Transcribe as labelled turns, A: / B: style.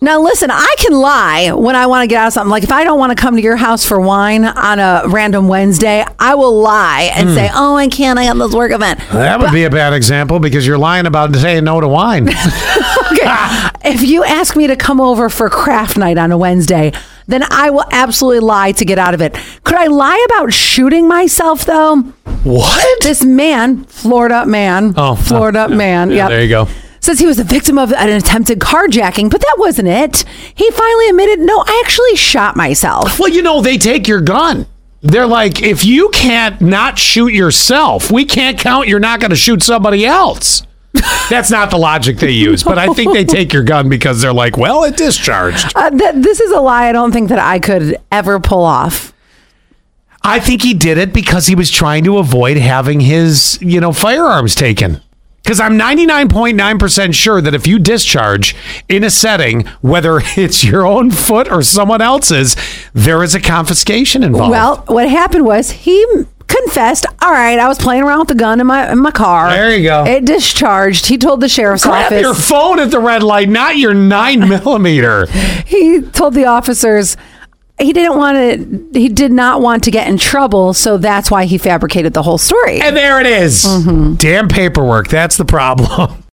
A: Now, listen, I can lie when I want to get out of something. Like, if I don't want to come to your house for wine on a random Wednesday, I will lie and
B: Hmm.
A: say, oh, I can't. I have this work event.
B: That would be a bad example because you're lying about saying no to wine.
A: Okay. if you ask me to come over for craft night on a Wednesday, then I will absolutely lie to get out of it. Could I lie about shooting myself, though?
B: what?
A: This man, Florida man,
B: Oh,
A: Florida man, yeah,
B: There you go.
A: Says he was the victim of an attempted carjacking, but that wasn't it. He finally admitted, no, I actually shot myself.
B: Well, you know, they take your gun. They're like, if you can't not shoot yourself, we can't count you're not going to shoot somebody else. That's not the logic they use, but I think they take your gun because they're like, well, it discharged.
A: Uh, th- this is a lie. I don't think that I could ever pull off.
B: I think he did it because he was trying to avoid having his, you know, firearms taken. Because I'm 99.9% sure that if you discharge in a setting, whether it's your own foot or someone else's, there is a confiscation involved.
A: Well, what happened was he confessed. All right, I was playing around with the gun in my in my car.
B: There you go.
A: It discharged. He told the sheriff's
B: Grab
A: office.
B: your phone at the red light, not your nine millimeter.
A: he told the officers he didn't want to he did not want to get in trouble so that's why he fabricated the whole story
B: And there it is. Damn paperwork. That's the problem.